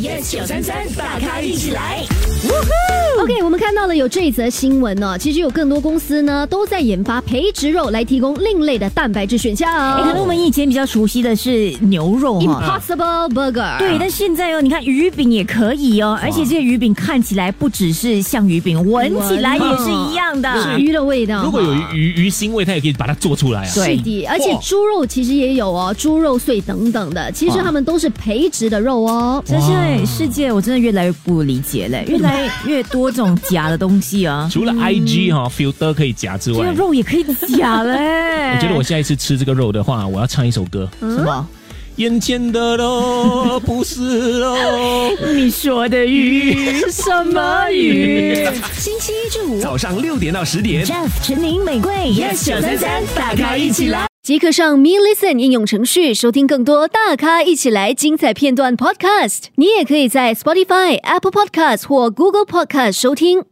yes 九三三，大咖一起来。 OK，我们看到了有这一则新闻呢、其实有更多公司呢都在研发培植肉来提供另类的蛋白质选项。哎，可能我们以前比较熟悉的是牛肉嗯哈。 Impossible Burger，啊对，但现在哦，你看鱼饼也可以哦，而且这些鱼饼看起来不只是像鱼饼，闻起来也是一样的。啊鱼的味道。如果有鱼鱼腥味，它也可以把它做出来啊。对是的，而且猪肉其实也有哦，猪肉碎等等的，其实它们都是培植的肉哦。所以现在哎世界我真的越来越不理解嘞，越来越多这种假的东西 啊，除了 IG 哈、filter 可以夹之这外个，肉也可以假嘞。 我觉得我下一次吃这个肉的话，我要唱一首歌。什么？眼前的肉不是肉，嗯你说的鱼什么鱼？ 星期一至五早上六点到十点。 Jeff、陈宁、玫瑰 Yes，933大咖一起来。即刻上 Me Listen 应用程序收听更多大咖一起来精彩片段 Podcast。你也可以在 Spotify、Apple Podcast 或 Google Podcast 收听。